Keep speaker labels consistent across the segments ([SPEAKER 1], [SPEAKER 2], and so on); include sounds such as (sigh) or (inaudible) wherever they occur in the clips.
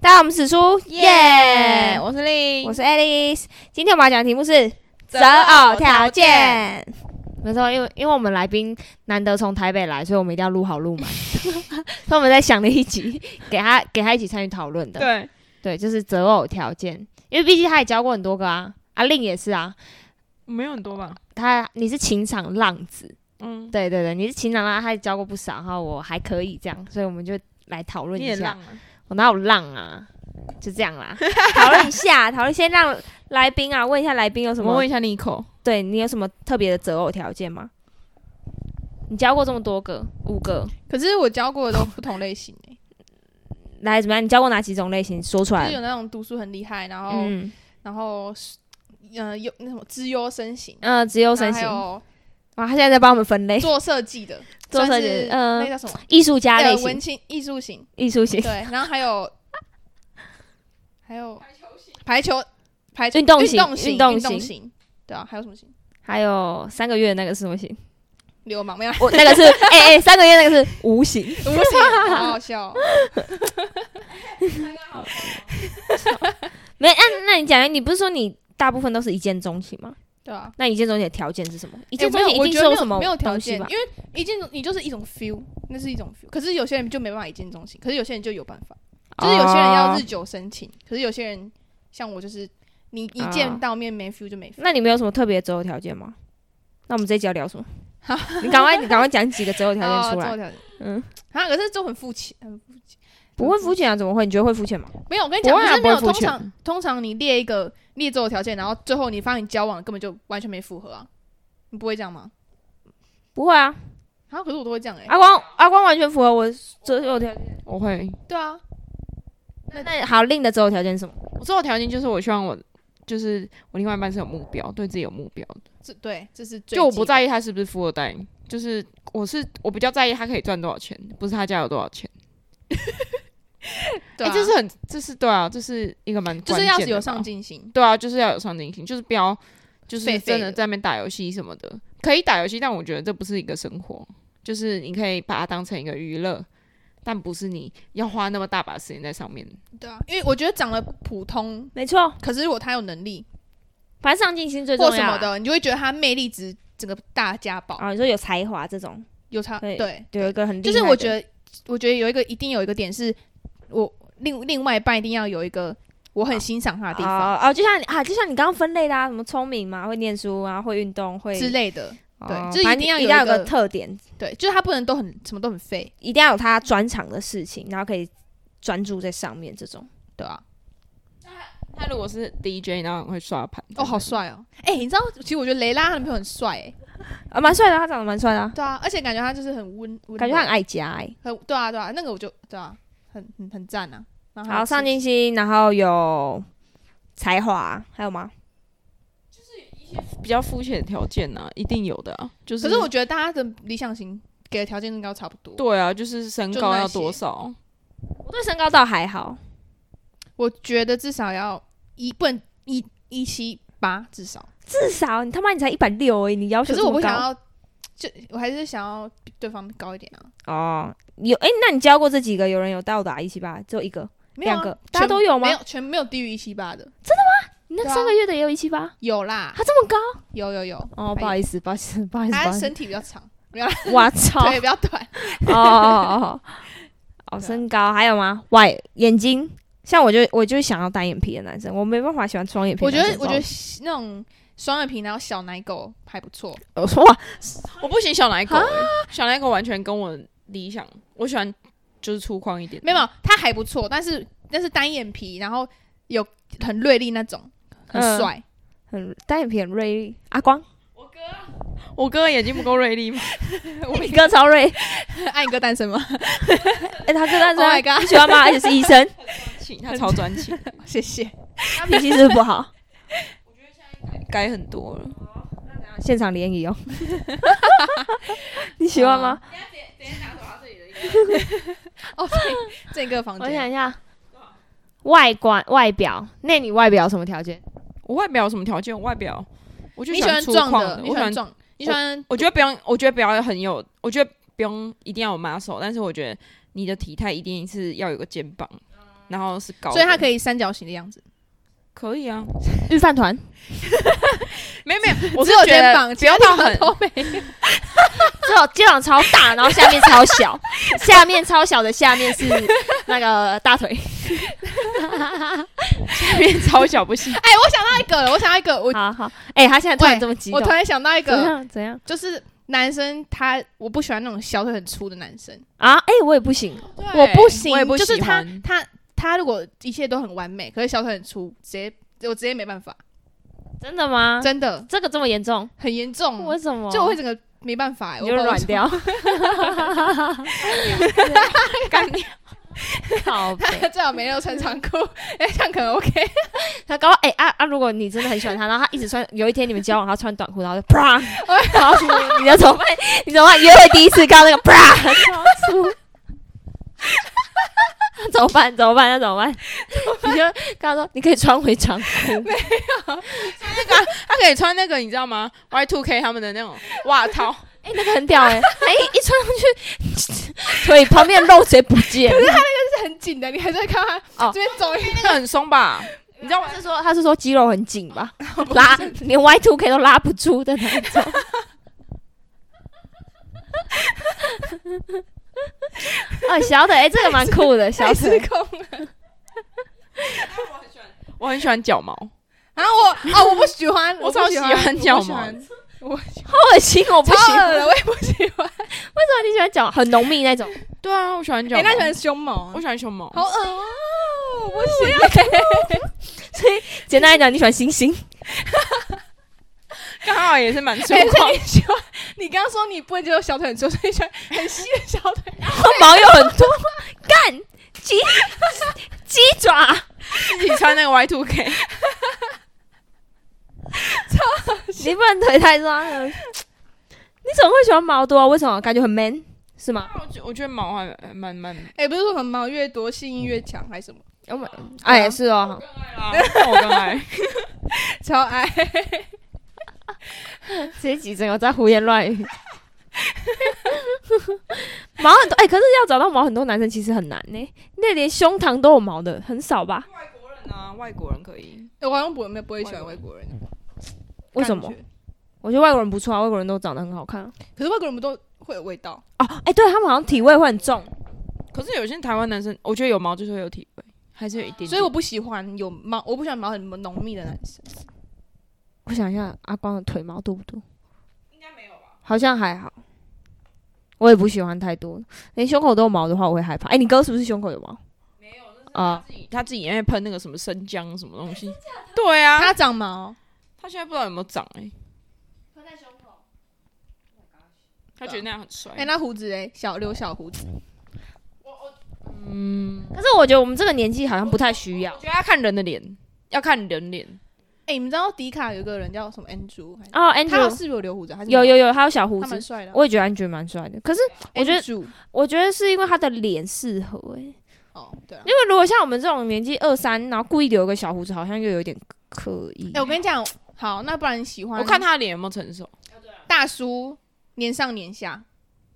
[SPEAKER 1] 大家好，我们是叔，耶、
[SPEAKER 2] 我是令，
[SPEAKER 1] 我是 Alice。今天我们要讲的题目是
[SPEAKER 2] 择偶条件。
[SPEAKER 1] 没错，因为因为我们来宾难得从台北来，所以我们一定要录好
[SPEAKER 2] (laughs)
[SPEAKER 1] 录满。所以我们在想了一集，给他给他一起参与讨论的。
[SPEAKER 2] 对，
[SPEAKER 1] 对，就是择偶条件，因为毕竟他也交过很多个啊，阿令也是啊。
[SPEAKER 2] 没有很多吧？
[SPEAKER 1] 他你是情场浪子，
[SPEAKER 2] 嗯，
[SPEAKER 1] 对对对，你是情场浪，他也交过不少，然后我还可以这样，所以我们就来讨论
[SPEAKER 2] 你
[SPEAKER 1] 一
[SPEAKER 2] 也
[SPEAKER 1] 下。
[SPEAKER 2] 浪啊，
[SPEAKER 1] 我哪有浪啊？就这样啦， (laughs) 讨论一下，讨论先让来宾啊，问一下来宾有什
[SPEAKER 2] 我们
[SPEAKER 1] 么
[SPEAKER 2] 问？一下 n i c o
[SPEAKER 1] 对你有什么特别的择偶条件吗？你交过这么多个，五个，
[SPEAKER 2] 可是我教过的都不同类型
[SPEAKER 1] (laughs)
[SPEAKER 2] 诶、
[SPEAKER 1] 来怎么样？你交过哪几种类型？说出
[SPEAKER 2] 就
[SPEAKER 1] 来
[SPEAKER 2] 是。有那种读书很厉害，然后、
[SPEAKER 1] 嗯
[SPEAKER 2] 然后是呃有那什么资优身形，
[SPEAKER 1] 嗯、呃，只有身
[SPEAKER 2] 然后还
[SPEAKER 1] 形。
[SPEAKER 2] 有
[SPEAKER 1] 哇，他现在在帮我们分类，
[SPEAKER 2] 做设计的，
[SPEAKER 1] (laughs) 做设
[SPEAKER 2] 算
[SPEAKER 1] 计
[SPEAKER 2] 是
[SPEAKER 1] 嗯
[SPEAKER 2] 那叫什么？
[SPEAKER 1] 艺术家类
[SPEAKER 2] 呃，
[SPEAKER 1] 型
[SPEAKER 2] 文、青艺术型，
[SPEAKER 1] 艺术型、
[SPEAKER 2] 对，然后还有还有排球排球
[SPEAKER 1] 运动型
[SPEAKER 2] 运动型
[SPEAKER 1] 运动型
[SPEAKER 2] 型，对啊，还有什么型？
[SPEAKER 1] 还有三个月那个是什么
[SPEAKER 2] (laughs)
[SPEAKER 1] 型？
[SPEAKER 2] 流氓没有啦，
[SPEAKER 1] 我那个是哎 (laughs) 哎、三个月那个是无形。
[SPEAKER 2] 无形， (laughs) 好好笑哦。
[SPEAKER 1] 没，那、那你讲，你不是说你大部分都是一见钟情吗？
[SPEAKER 2] 对啊，
[SPEAKER 1] 那一见钟情的条件是什么？一
[SPEAKER 2] 一
[SPEAKER 1] 见钟情一定是
[SPEAKER 2] 哎没有
[SPEAKER 1] 什么
[SPEAKER 2] 没有条
[SPEAKER 1] 东西
[SPEAKER 2] 件，
[SPEAKER 1] 吧？
[SPEAKER 2] 因为一见你就是一种 feel，那是一种 feel。可是有些人就没办法一见钟情，可是有些人就有办法，就是有些人要
[SPEAKER 1] 哦
[SPEAKER 2] 日久生情，可是有些人像我就是你一
[SPEAKER 1] 哦
[SPEAKER 2] 见到面没 feel 就没 feel。
[SPEAKER 1] 那你们有什么特别的择偶条件吗？那我们这一集要聊什
[SPEAKER 2] (laughs)
[SPEAKER 1] 么？你赶快，你赶快讲几个择偶条件出
[SPEAKER 2] 哦
[SPEAKER 1] 来。
[SPEAKER 2] 这种条件
[SPEAKER 1] 嗯，
[SPEAKER 2] 啊，可是就很肤浅，嗯
[SPEAKER 1] 不会肤浅啊？怎么会？你觉得会肤浅吗？
[SPEAKER 2] 没有，我跟你讲，
[SPEAKER 1] 不会
[SPEAKER 2] 可
[SPEAKER 1] 啊
[SPEAKER 2] 是没有。
[SPEAKER 1] 不会
[SPEAKER 2] 通
[SPEAKER 1] 肤浅
[SPEAKER 2] 常通常你列一个列这种条件，然后最后你发现你交往根本就完全没符合啊，你不会这样吗？
[SPEAKER 1] 不会啊。
[SPEAKER 2] 啊，可是我都会这样哎、
[SPEAKER 1] 阿光，阿光完全符合我择偶条件。
[SPEAKER 3] 我会，
[SPEAKER 2] 对啊，
[SPEAKER 1] 那好，另的择偶条件是什么？
[SPEAKER 3] 我最后条件就是我希望我就是我另外一半是有目标，对自己有目标的。
[SPEAKER 2] 这对这是最
[SPEAKER 3] 就我
[SPEAKER 2] 基
[SPEAKER 3] 不
[SPEAKER 2] 本
[SPEAKER 3] 在意他是不是富二代，就是我是我比较在意他可以赚多少钱，不是他家有多少钱。
[SPEAKER 2] 对、
[SPEAKER 1] 哎
[SPEAKER 2] 啊
[SPEAKER 3] 诶这是很这是对啊，这是一个蛮
[SPEAKER 2] 就
[SPEAKER 3] 关
[SPEAKER 2] 是
[SPEAKER 3] 键的
[SPEAKER 2] 要是有上
[SPEAKER 3] 吧
[SPEAKER 2] 进心。
[SPEAKER 3] 对啊，就是要有上进心，就是不要就是
[SPEAKER 2] 废废
[SPEAKER 3] 真的
[SPEAKER 2] 的
[SPEAKER 3] 在那边打游戏什么的，可以打游戏，但我觉得这不是一个生活，就是你可以把它当成一个娱乐，但不是你要花那么大把时间在上面。
[SPEAKER 2] 对啊，因为我觉得长得普通，
[SPEAKER 1] 没错，
[SPEAKER 2] 可是如果他有能力
[SPEAKER 1] 反正上进心最重
[SPEAKER 2] 或
[SPEAKER 1] 要。啊
[SPEAKER 2] 什么。的，你就会觉得他魅力值整个大家宝、
[SPEAKER 1] 啊，你说有才华这种，
[SPEAKER 2] 有差
[SPEAKER 1] 对
[SPEAKER 2] 对，
[SPEAKER 1] 有一个很厉害
[SPEAKER 2] 就
[SPEAKER 1] 的
[SPEAKER 2] 是我觉得，我觉得有一个一定有一个点是，我另另外一半一定要有一个我很欣赏他的地方、
[SPEAKER 1] 哦哦，就像你啊，就像你刚刚分类的啊，什么聪明嘛，会念书啊，会运动，会
[SPEAKER 2] 之类的，
[SPEAKER 1] 哦
[SPEAKER 2] 对就是一
[SPEAKER 1] 反正
[SPEAKER 2] 定要
[SPEAKER 1] 一定
[SPEAKER 2] 有
[SPEAKER 1] 要有
[SPEAKER 2] 一个
[SPEAKER 1] 个特点，
[SPEAKER 2] 对，就是他不能都很什么都很废，
[SPEAKER 1] 一定要有他专长的事情，然后可以专注在上面这种。
[SPEAKER 2] 对啊，
[SPEAKER 3] 他如果是 DJ，然后很会刷盘，
[SPEAKER 2] 哦，好帅哦，哎、你知道，其实我觉得雷拉她男朋友很帅、哎，
[SPEAKER 1] 啊，蛮帅的，他长得蛮帅的啊、
[SPEAKER 2] 对啊，而且感觉他就是很温，温柔
[SPEAKER 1] 感觉他很爱家哎、
[SPEAKER 2] 很对啊对啊，那个我就对啊，很很很赞啊，然后还有
[SPEAKER 1] 好，上
[SPEAKER 2] 吃
[SPEAKER 1] 进心，然后有才华，还有吗？
[SPEAKER 3] 比较肤浅的条件啊，一定有的啊。就是，
[SPEAKER 2] 可是我觉得大家的理想型给的条件应该都差不多。
[SPEAKER 3] 对啊，就是身
[SPEAKER 2] 就
[SPEAKER 3] 高
[SPEAKER 2] 那
[SPEAKER 3] 要
[SPEAKER 2] 些
[SPEAKER 3] 多少？
[SPEAKER 1] 我对身高倒还好，
[SPEAKER 2] 我觉得至少要一不能一一七八至少。
[SPEAKER 1] 至少你他妈你才一百六哎，你要求
[SPEAKER 2] 可
[SPEAKER 1] 这
[SPEAKER 2] 是我
[SPEAKER 1] 么
[SPEAKER 2] 不
[SPEAKER 1] 高
[SPEAKER 2] 想要，就我还是想要比对方高一点啊。
[SPEAKER 1] 哦。有哎、那你教过这几个？有人有到达一七八，只有一个、
[SPEAKER 2] 没有
[SPEAKER 1] 两
[SPEAKER 2] 啊、
[SPEAKER 1] 个，
[SPEAKER 2] 全
[SPEAKER 1] 大家都有吗
[SPEAKER 2] 没？有，全没有低于一七八的。
[SPEAKER 1] 你那
[SPEAKER 2] 对啊
[SPEAKER 1] 三个月的也有一七八，
[SPEAKER 2] 有啦，
[SPEAKER 1] 他这么高？
[SPEAKER 2] 有有有。
[SPEAKER 1] 哦，不好
[SPEAKER 2] 还有
[SPEAKER 1] 意思，不好意思，不好意思，不
[SPEAKER 2] 他
[SPEAKER 1] 好意思
[SPEAKER 2] 身体比较长，
[SPEAKER 1] (laughs)
[SPEAKER 2] (laughs)
[SPEAKER 1] 我操！
[SPEAKER 2] 腿比
[SPEAKER 1] (laughs)
[SPEAKER 2] 较短。
[SPEAKER 1] 哦哦哦哦，哦，
[SPEAKER 2] 对啊
[SPEAKER 1] 身高还有吗？外眼睛，像我就我就想要单眼皮的男生，我没办法喜欢双眼皮
[SPEAKER 2] 我
[SPEAKER 1] 的
[SPEAKER 2] 觉
[SPEAKER 1] 男
[SPEAKER 2] 得
[SPEAKER 1] 生。
[SPEAKER 2] 我觉得那种双眼皮然后小奶狗还不错。
[SPEAKER 1] (laughs)
[SPEAKER 3] 我说哇，我不行小奶狗欸、小奶狗完全跟我理想，我喜欢就是粗犷一点的，
[SPEAKER 2] 没有，没有他还不错，但是但是单眼皮，然后有很锐利那种，很
[SPEAKER 1] 嗯
[SPEAKER 2] 帅。 (laughs)
[SPEAKER 1] 很单眼皮很锐利。阿光，
[SPEAKER 3] 我哥眼睛不够锐利吗？
[SPEAKER 1] 我比哥超锐，
[SPEAKER 2] 爱你哥单身吗？
[SPEAKER 1] (laughs)
[SPEAKER 2] (laughs)
[SPEAKER 1] 哎、他哥单
[SPEAKER 2] Oh my
[SPEAKER 1] 身，
[SPEAKER 2] god
[SPEAKER 1] 你喜欢 (laughs) 吗？而且是医生，
[SPEAKER 3] (laughs) 请他超专情，
[SPEAKER 2] 谢谢。
[SPEAKER 1] 他脾气是不是不 (laughs) 好？
[SPEAKER 3] 改很多了。
[SPEAKER 1] 现场联 (laughs) 谊哦，你喜欢吗？
[SPEAKER 2] 哦，这这个房
[SPEAKER 1] 哦我想
[SPEAKER 2] 间，
[SPEAKER 1] 一下，外观外表，那你外表有什么条件？
[SPEAKER 3] 我外表有什么条件？我外表，我就
[SPEAKER 2] 你喜欢
[SPEAKER 3] 粗
[SPEAKER 2] 壮
[SPEAKER 3] 犷
[SPEAKER 2] 的，你喜
[SPEAKER 3] 我喜欢
[SPEAKER 2] 欢，壮，你喜欢
[SPEAKER 3] 我觉得不用，我觉得不要很有，我觉得不用一定要有 muscle，但是我觉得你的体态一定是要有个肩膀，然后是高的，
[SPEAKER 2] 所以它可
[SPEAKER 3] 以
[SPEAKER 2] 以三角形的样子，
[SPEAKER 3] 可以啊，
[SPEAKER 1] 御饭团，
[SPEAKER 3] 没有没有，我
[SPEAKER 2] 只
[SPEAKER 3] 是
[SPEAKER 2] 有
[SPEAKER 3] 觉
[SPEAKER 2] 肩
[SPEAKER 3] 得
[SPEAKER 2] 膀，
[SPEAKER 3] 不要
[SPEAKER 2] 其他地
[SPEAKER 3] 到
[SPEAKER 2] 方
[SPEAKER 3] 很
[SPEAKER 2] 都没
[SPEAKER 1] 只有肩膀超大，然后下面超 (laughs) 小，下面超小的下面是那个大腿，
[SPEAKER 3] 变超小不行，
[SPEAKER 2] 哎，我想到一个了，我想到一个，我
[SPEAKER 1] 好好，哎、他现在突然
[SPEAKER 2] 喂
[SPEAKER 1] 这么激
[SPEAKER 2] 我
[SPEAKER 1] 动
[SPEAKER 2] 突，然想到一
[SPEAKER 1] 怎
[SPEAKER 2] 个，
[SPEAKER 1] 样怎样
[SPEAKER 2] 就是男生他我不喜欢那种小腿很粗的男生，
[SPEAKER 1] 啊？哎、我也不行，
[SPEAKER 2] 我不行，
[SPEAKER 3] 我也不
[SPEAKER 2] 就是
[SPEAKER 3] 喜
[SPEAKER 2] 他
[SPEAKER 3] 欢
[SPEAKER 2] 他他如果一切都很完美，可是小腿很粗，直接我直接没办法，
[SPEAKER 1] 真的吗？
[SPEAKER 2] 真的
[SPEAKER 1] 这个这么严重？
[SPEAKER 2] 很严重，
[SPEAKER 1] 啊为什么？
[SPEAKER 2] 就我会整个没办法、欸，
[SPEAKER 1] 你
[SPEAKER 2] 我
[SPEAKER 1] 就
[SPEAKER 2] 不知道为
[SPEAKER 1] 软
[SPEAKER 2] 什么。
[SPEAKER 1] 掉，
[SPEAKER 3] 干掉，
[SPEAKER 1] 好
[SPEAKER 2] (laughs)
[SPEAKER 1] 呗。
[SPEAKER 2] (laughs) 最好每天都穿长裤，哎、这样可能 OK。
[SPEAKER 1] 他搞不好哎、啊啊！如果你真的很喜欢他，然后他一直穿，有一天你们交往，他穿短裤，然后就啪，然后你就怎
[SPEAKER 2] (laughs)
[SPEAKER 1] 么办？你怎么办？约会第一次看到那个啪，超粗， (laughs) 怎么办？怎么办？那怎么办？你就跟他说，你可以穿回长裤，
[SPEAKER 3] 他可以穿那个你知道吗？Y two K 他们的那种袜套，
[SPEAKER 1] 哎、那个很屌哎、他一一穿上去， (laughs) 腿旁边肉直接不见。
[SPEAKER 2] 是很紧的，你还是会看到他
[SPEAKER 1] 哦
[SPEAKER 2] 这边走一
[SPEAKER 3] 那个很松吧？你知道我
[SPEAKER 1] 他是说，他是说肌肉很紧吧，拉连 Y two K 都拉不住的那一 (laughs) 种。哦，小腿，哎、这个蛮酷的，小
[SPEAKER 2] 太失
[SPEAKER 1] 腿。
[SPEAKER 2] 控了。
[SPEAKER 3] 我很喜欢脚毛，
[SPEAKER 2] 然后我哦，我不喜欢，
[SPEAKER 3] 我
[SPEAKER 2] 我
[SPEAKER 3] 超
[SPEAKER 2] 不
[SPEAKER 3] 喜
[SPEAKER 2] 喜
[SPEAKER 3] 欢
[SPEAKER 2] 欢
[SPEAKER 3] 脚
[SPEAKER 2] 我不喜欢我
[SPEAKER 1] 好恶心，我不喜
[SPEAKER 2] 超
[SPEAKER 1] 欢。
[SPEAKER 2] 恶的，我也不喜 (laughs) 欢。
[SPEAKER 1] 为什么你喜欢脚很浓密那种？
[SPEAKER 3] 对啊，我喜欢脚
[SPEAKER 2] 哎、
[SPEAKER 3] 毛，
[SPEAKER 2] 那喜欢胸毛啊
[SPEAKER 3] 我，喜欢胸毛，
[SPEAKER 2] 好恶哦，我不
[SPEAKER 1] (laughs)
[SPEAKER 2] 行。
[SPEAKER 1] 简单来讲，你喜欢星星。
[SPEAKER 3] 刚好也是蛮粗
[SPEAKER 2] 哎所
[SPEAKER 3] 犷
[SPEAKER 2] 以，你喜欢，你刚刚说你不能接受小腿很粗，所以喜欢很细的小腿。
[SPEAKER 1] (laughs) 毛有很多，干鸡鸡爪，
[SPEAKER 3] 自己穿那个 Y two K，
[SPEAKER 1] 你不能腿太啊软了。你怎么会喜欢毛多、啊？为什么？感觉很 man 是吗？
[SPEAKER 3] 我觉我觉得毛还蛮蛮蛮
[SPEAKER 2] (laughs) 哎、不是说什么毛越多性欲越强还是什么？
[SPEAKER 1] 哎，是哦。
[SPEAKER 3] 爱啦，我更爱。
[SPEAKER 2] 超爱。
[SPEAKER 1] 这一集真有在胡言乱语。毛很多哎、可是要找到毛很多男生其实很难呢、那连胸膛都有毛的很少吧？
[SPEAKER 3] 外国人啊，外国人可以，
[SPEAKER 2] 哎我好像不没有不会喜欢外国人，
[SPEAKER 1] 为什么
[SPEAKER 2] 感？觉？
[SPEAKER 1] 我觉得外国人不错啊，外国人都长得很好看啊
[SPEAKER 2] 可是外国人不都会有味道？
[SPEAKER 1] 哦。哎、对他们好像体味会很重，
[SPEAKER 3] 可是有些台湾男生，我觉得有毛就是会有体味，还是有一
[SPEAKER 1] 嗯
[SPEAKER 3] 点点。
[SPEAKER 2] 所以我不喜欢有毛，我不喜欢毛很浓密的男生。
[SPEAKER 1] 我想一下，阿光的腿毛多不多？应该没有吧？好像还好。我也不喜欢太多，连胸口都有毛的话，我会害怕。哎、你哥是不是胸口有毛？没有啊、
[SPEAKER 3] 自己他自己因为喷那个什么生姜什么东西，对啊，
[SPEAKER 2] 他长毛，
[SPEAKER 3] 他现在不知道有没有长哎、欸，喷在胸口，他觉得那样很帅。
[SPEAKER 2] 哎、那胡子哎，小留小胡子，
[SPEAKER 3] 嗯，
[SPEAKER 1] 可是我觉得我们这个年纪好像不太需要
[SPEAKER 3] 我觉得要看人的脸，要看人脸。
[SPEAKER 2] 哎、你们知道迪卡有一个人叫什么 Andrew？还是
[SPEAKER 1] 哦。
[SPEAKER 2] 他有
[SPEAKER 1] Andrew
[SPEAKER 2] 是不是有留胡子？还是没
[SPEAKER 1] 有有有，还有小胡
[SPEAKER 2] 他
[SPEAKER 1] 子
[SPEAKER 2] 蛮，帅的啊。
[SPEAKER 1] 我也觉得 Andrew 蛮帅的。可是我觉得，
[SPEAKER 2] Andrew
[SPEAKER 1] 我觉得是因为他的脸适合哎、
[SPEAKER 2] 哦，对啊
[SPEAKER 1] 因。为如果像我们这种年纪二三，然后故意留个小胡子，好像又有点刻意。
[SPEAKER 2] 哎、我跟你讲，好，那不然你喜欢？
[SPEAKER 3] 我看他的脸有没有成熟？
[SPEAKER 2] 大叔年上年下，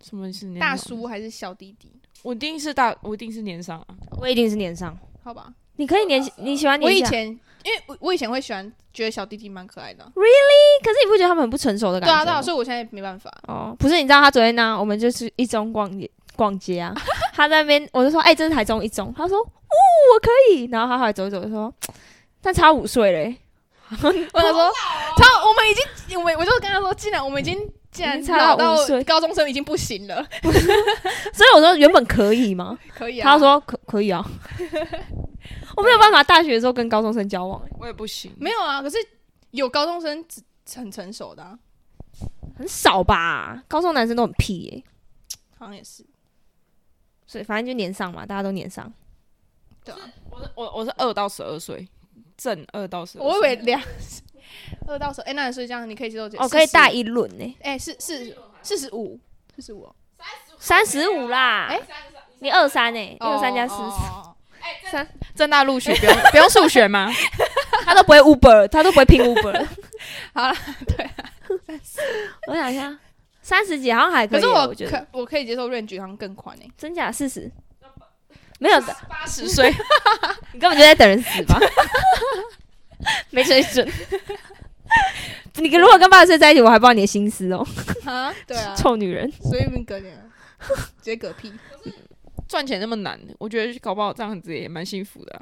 [SPEAKER 3] 什么是年
[SPEAKER 2] 大
[SPEAKER 3] 长？
[SPEAKER 2] 叔还是小弟弟？
[SPEAKER 3] 我一定是大，我一定是年上啊。
[SPEAKER 1] 我一定是年上，
[SPEAKER 2] 好吧，
[SPEAKER 1] 你可以年你喜欢
[SPEAKER 2] 我
[SPEAKER 1] 年啊
[SPEAKER 2] 以
[SPEAKER 1] 下，
[SPEAKER 2] 前因为我我以前会喜欢，觉得小弟弟蛮可爱的啊。
[SPEAKER 1] 可是你不觉得他们很不成熟的感
[SPEAKER 2] 对
[SPEAKER 1] 觉
[SPEAKER 2] 啊，
[SPEAKER 1] 吗？
[SPEAKER 2] 对啊，所以我现在没办法。
[SPEAKER 1] 哦，不是，你知道他昨天呢、我们就是一中逛街逛街 (laughs) 啊，他在那边我就说，哎、这是台中一中，他说，哦，我可以，然后他后来走一走就说，但差五岁嘞、
[SPEAKER 2] 我想
[SPEAKER 1] 哦
[SPEAKER 2] 说，他我们已经，我我就跟他说，既然我们已经，既然
[SPEAKER 1] 嗯已经差
[SPEAKER 2] 老
[SPEAKER 1] 了
[SPEAKER 2] 到
[SPEAKER 1] 五岁
[SPEAKER 2] 高中生已经不行了，
[SPEAKER 1] 所以我说原本可以吗？
[SPEAKER 2] 可以啊。
[SPEAKER 1] 他说可可以 (laughs) 啊，我没有办法大学的时候跟高中生交往、欸
[SPEAKER 3] 我也不行，
[SPEAKER 2] 没有啊，可是有高中生只很成熟的、啊，
[SPEAKER 1] 很少吧？高中男生都很屁耶、
[SPEAKER 2] 好像也是。
[SPEAKER 1] 所以反正就年上嘛，大家都年上。
[SPEAKER 3] 我是我我是二到十二岁，正二到十二。
[SPEAKER 2] 我以为两二到十，哎、那所以这样你可以接受几？
[SPEAKER 1] 哦，可以大
[SPEAKER 2] 一，
[SPEAKER 1] 一轮呢、
[SPEAKER 2] 哎、是是四十五，四十五，
[SPEAKER 1] 三十五啦。
[SPEAKER 2] 哎
[SPEAKER 1] 你二三呢？
[SPEAKER 2] 哦
[SPEAKER 1] 二三加十， (laughs)
[SPEAKER 2] 哦
[SPEAKER 3] 正大入学不用 (laughs) 不用数学吗？
[SPEAKER 1] 他都不会 Uber，他都不会拼 (laughs) Uber。
[SPEAKER 2] 好啦，
[SPEAKER 1] 对、啊，我想一下，三十几好像还可
[SPEAKER 2] (laughs) 可
[SPEAKER 1] 以
[SPEAKER 2] 是
[SPEAKER 1] 欸、
[SPEAKER 2] 我
[SPEAKER 1] 我觉得
[SPEAKER 2] 欸可我可以接受 range 好像更宽哎、
[SPEAKER 1] 真假四十。没有，
[SPEAKER 3] 八十 (laughs) 岁，
[SPEAKER 1] 你根本就在等人死 (laughs) 吧？没水准。你跟如果跟八十岁在一起，我还不知道你的心思哦，
[SPEAKER 2] 啊，对
[SPEAKER 1] (laughs)
[SPEAKER 2] 啊，
[SPEAKER 1] 臭女人。
[SPEAKER 2] 所以你隔年啊直接嗝 (laughs) 屁，
[SPEAKER 3] 赚钱那么难，我觉得搞不好这样子也蛮幸福的啊、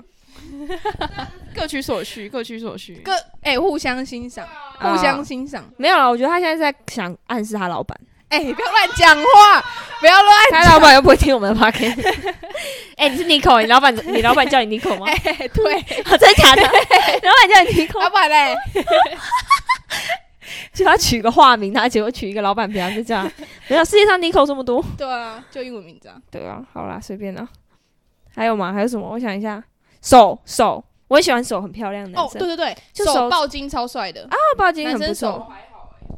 [SPEAKER 3] 啊
[SPEAKER 2] (laughs)
[SPEAKER 3] 各取所需，各取所需。
[SPEAKER 2] 各哎、互相欣赏，互相欣赏。
[SPEAKER 1] 没有了，我觉得他现在是在想暗示他老板，
[SPEAKER 2] 哎、不要乱讲话，不要乱
[SPEAKER 1] 他老板又不会听我们的 p o d c a s (laughs) 哎，你是 Nico，你老板，你老板叫你 Nico (laughs) 吗？
[SPEAKER 2] 哎、对，
[SPEAKER 1] 哦真的假的？ (laughs) 老板叫你 (laughs) Nico，
[SPEAKER 2] 老板啊嘞，
[SPEAKER 1] 就他取个化名，他结果取一个老板名，就这样。 (laughs) 没有世界上 Nico 这么多。
[SPEAKER 2] 对啊，就英文名字啊，
[SPEAKER 1] 对啊，好啦，随便啦。还有吗？还有什么？我想一下，手手，我也喜欢手很漂亮的
[SPEAKER 2] 哦
[SPEAKER 1] 男，生。
[SPEAKER 2] 对对对，
[SPEAKER 1] 就手
[SPEAKER 2] 手抱金超帅的，
[SPEAKER 1] 啊，抱金
[SPEAKER 2] 男
[SPEAKER 1] 很不
[SPEAKER 2] 生
[SPEAKER 1] 错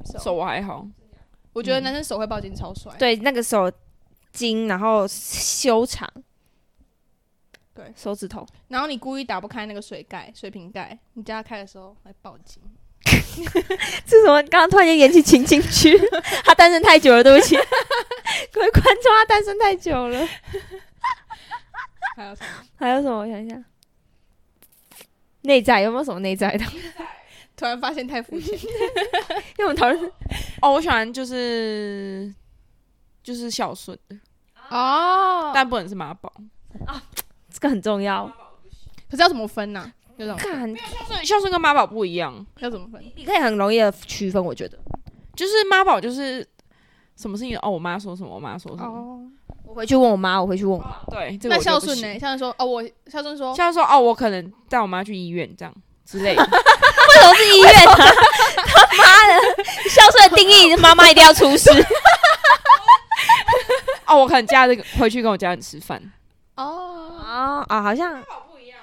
[SPEAKER 2] 手。嗯
[SPEAKER 3] 手我还好，
[SPEAKER 2] 我觉得男生手会抱金超帅，
[SPEAKER 1] 对，那个手筋，然后修长。
[SPEAKER 2] 对
[SPEAKER 1] 手指头，
[SPEAKER 2] 然后你故意打不开那个水盖、水瓶盖，你叫他开的时候来抱金，
[SPEAKER 1] 这什么？刚刚突然间演起情景 (laughs) 剧，他单身太久了，对不 (laughs) 起，各位观众，他单身太久了。
[SPEAKER 2] 还有什么？
[SPEAKER 1] 还有什么？我想一下，内在有没有什么内 (laughs) 在的？
[SPEAKER 2] (laughs) 突然发现太肤浅，
[SPEAKER 1] 因为我们讨论
[SPEAKER 3] 哦，我喜欢就是就是孝顺的，
[SPEAKER 2] (laughs) 哦
[SPEAKER 3] 但不能是妈宝。
[SPEAKER 1] 这个很重要。
[SPEAKER 2] 可是要怎么分呢、啊要怎么分？
[SPEAKER 1] 看，
[SPEAKER 3] 孝顺孝顺跟妈宝不一样，
[SPEAKER 2] 要怎么分？
[SPEAKER 1] 你可以很容易的区分，我觉得。
[SPEAKER 3] 就是妈宝就是什么事情哦，我妈说什么，我妈说什么，
[SPEAKER 2] 哦，
[SPEAKER 1] 我回去问我妈，我回去问我妈。
[SPEAKER 3] 对，这
[SPEAKER 2] 那
[SPEAKER 3] 个我就
[SPEAKER 2] 孝
[SPEAKER 3] 不
[SPEAKER 2] 顺呢？
[SPEAKER 3] 行？
[SPEAKER 2] 孝顺说哦，我孝顺说，
[SPEAKER 3] 孝顺说哦，我可能带我妈去医院这样之类的，
[SPEAKER 1] 为什么是医院啊？ (laughs) 他妈的，孝顺的定义，妈妈一定要出 (laughs) 事。
[SPEAKER 3] 哦，我可能家人回去跟我家人吃饭，
[SPEAKER 2] 哦，
[SPEAKER 1] 啊啊，好像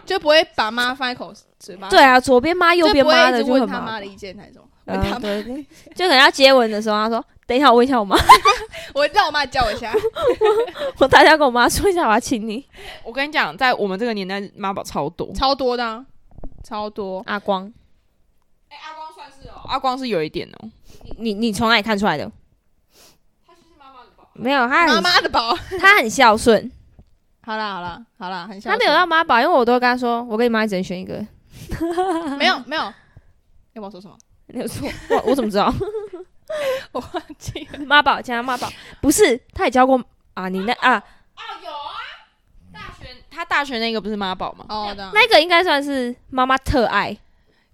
[SPEAKER 2] 就不会把妈放在口嘴巴，
[SPEAKER 1] 对，啊，左边妈右边妈的
[SPEAKER 2] 就
[SPEAKER 1] 就
[SPEAKER 2] 不会
[SPEAKER 1] 很
[SPEAKER 2] 一直问他
[SPEAKER 1] 麻
[SPEAKER 2] 妈
[SPEAKER 1] 烦。
[SPEAKER 2] 的意见那种。问
[SPEAKER 1] 嗯，
[SPEAKER 2] 他妈，
[SPEAKER 1] 对，对就可能要接吻的时候，他说：“等一下，我问一下我妈，
[SPEAKER 2] 我让我妈教我一下。
[SPEAKER 1] (laughs) 我大家跟我妈说一下，我要请你。
[SPEAKER 3] 我跟你讲，在我们这个年代，妈宝超多。
[SPEAKER 2] 超多的、啊，超”多。
[SPEAKER 1] 阿光，
[SPEAKER 3] 哎、阿光算是哦，阿光是有一点哦。
[SPEAKER 1] 你你你从哪里看出来的？没有，他
[SPEAKER 2] 妈
[SPEAKER 1] 很
[SPEAKER 2] 妈的宝，
[SPEAKER 1] 他很孝顺，
[SPEAKER 2] 好啦好啦好啦，很孝
[SPEAKER 1] 他
[SPEAKER 2] 顺
[SPEAKER 1] 没有到妈宝，因为我都会跟他说，我跟你妈只能选一 (laughs) 个。啊
[SPEAKER 2] 没有没有，要我
[SPEAKER 1] (laughs)
[SPEAKER 2] 说什么？
[SPEAKER 1] 你有错，我我怎么知道？
[SPEAKER 2] 我忘记了。
[SPEAKER 1] (laughs) 妈宝加妈宝，不是，他也教过啊，你那啊
[SPEAKER 3] 他大学那个不是妈宝吗？
[SPEAKER 2] 哦，的，
[SPEAKER 1] 那个应该算是妈妈特爱，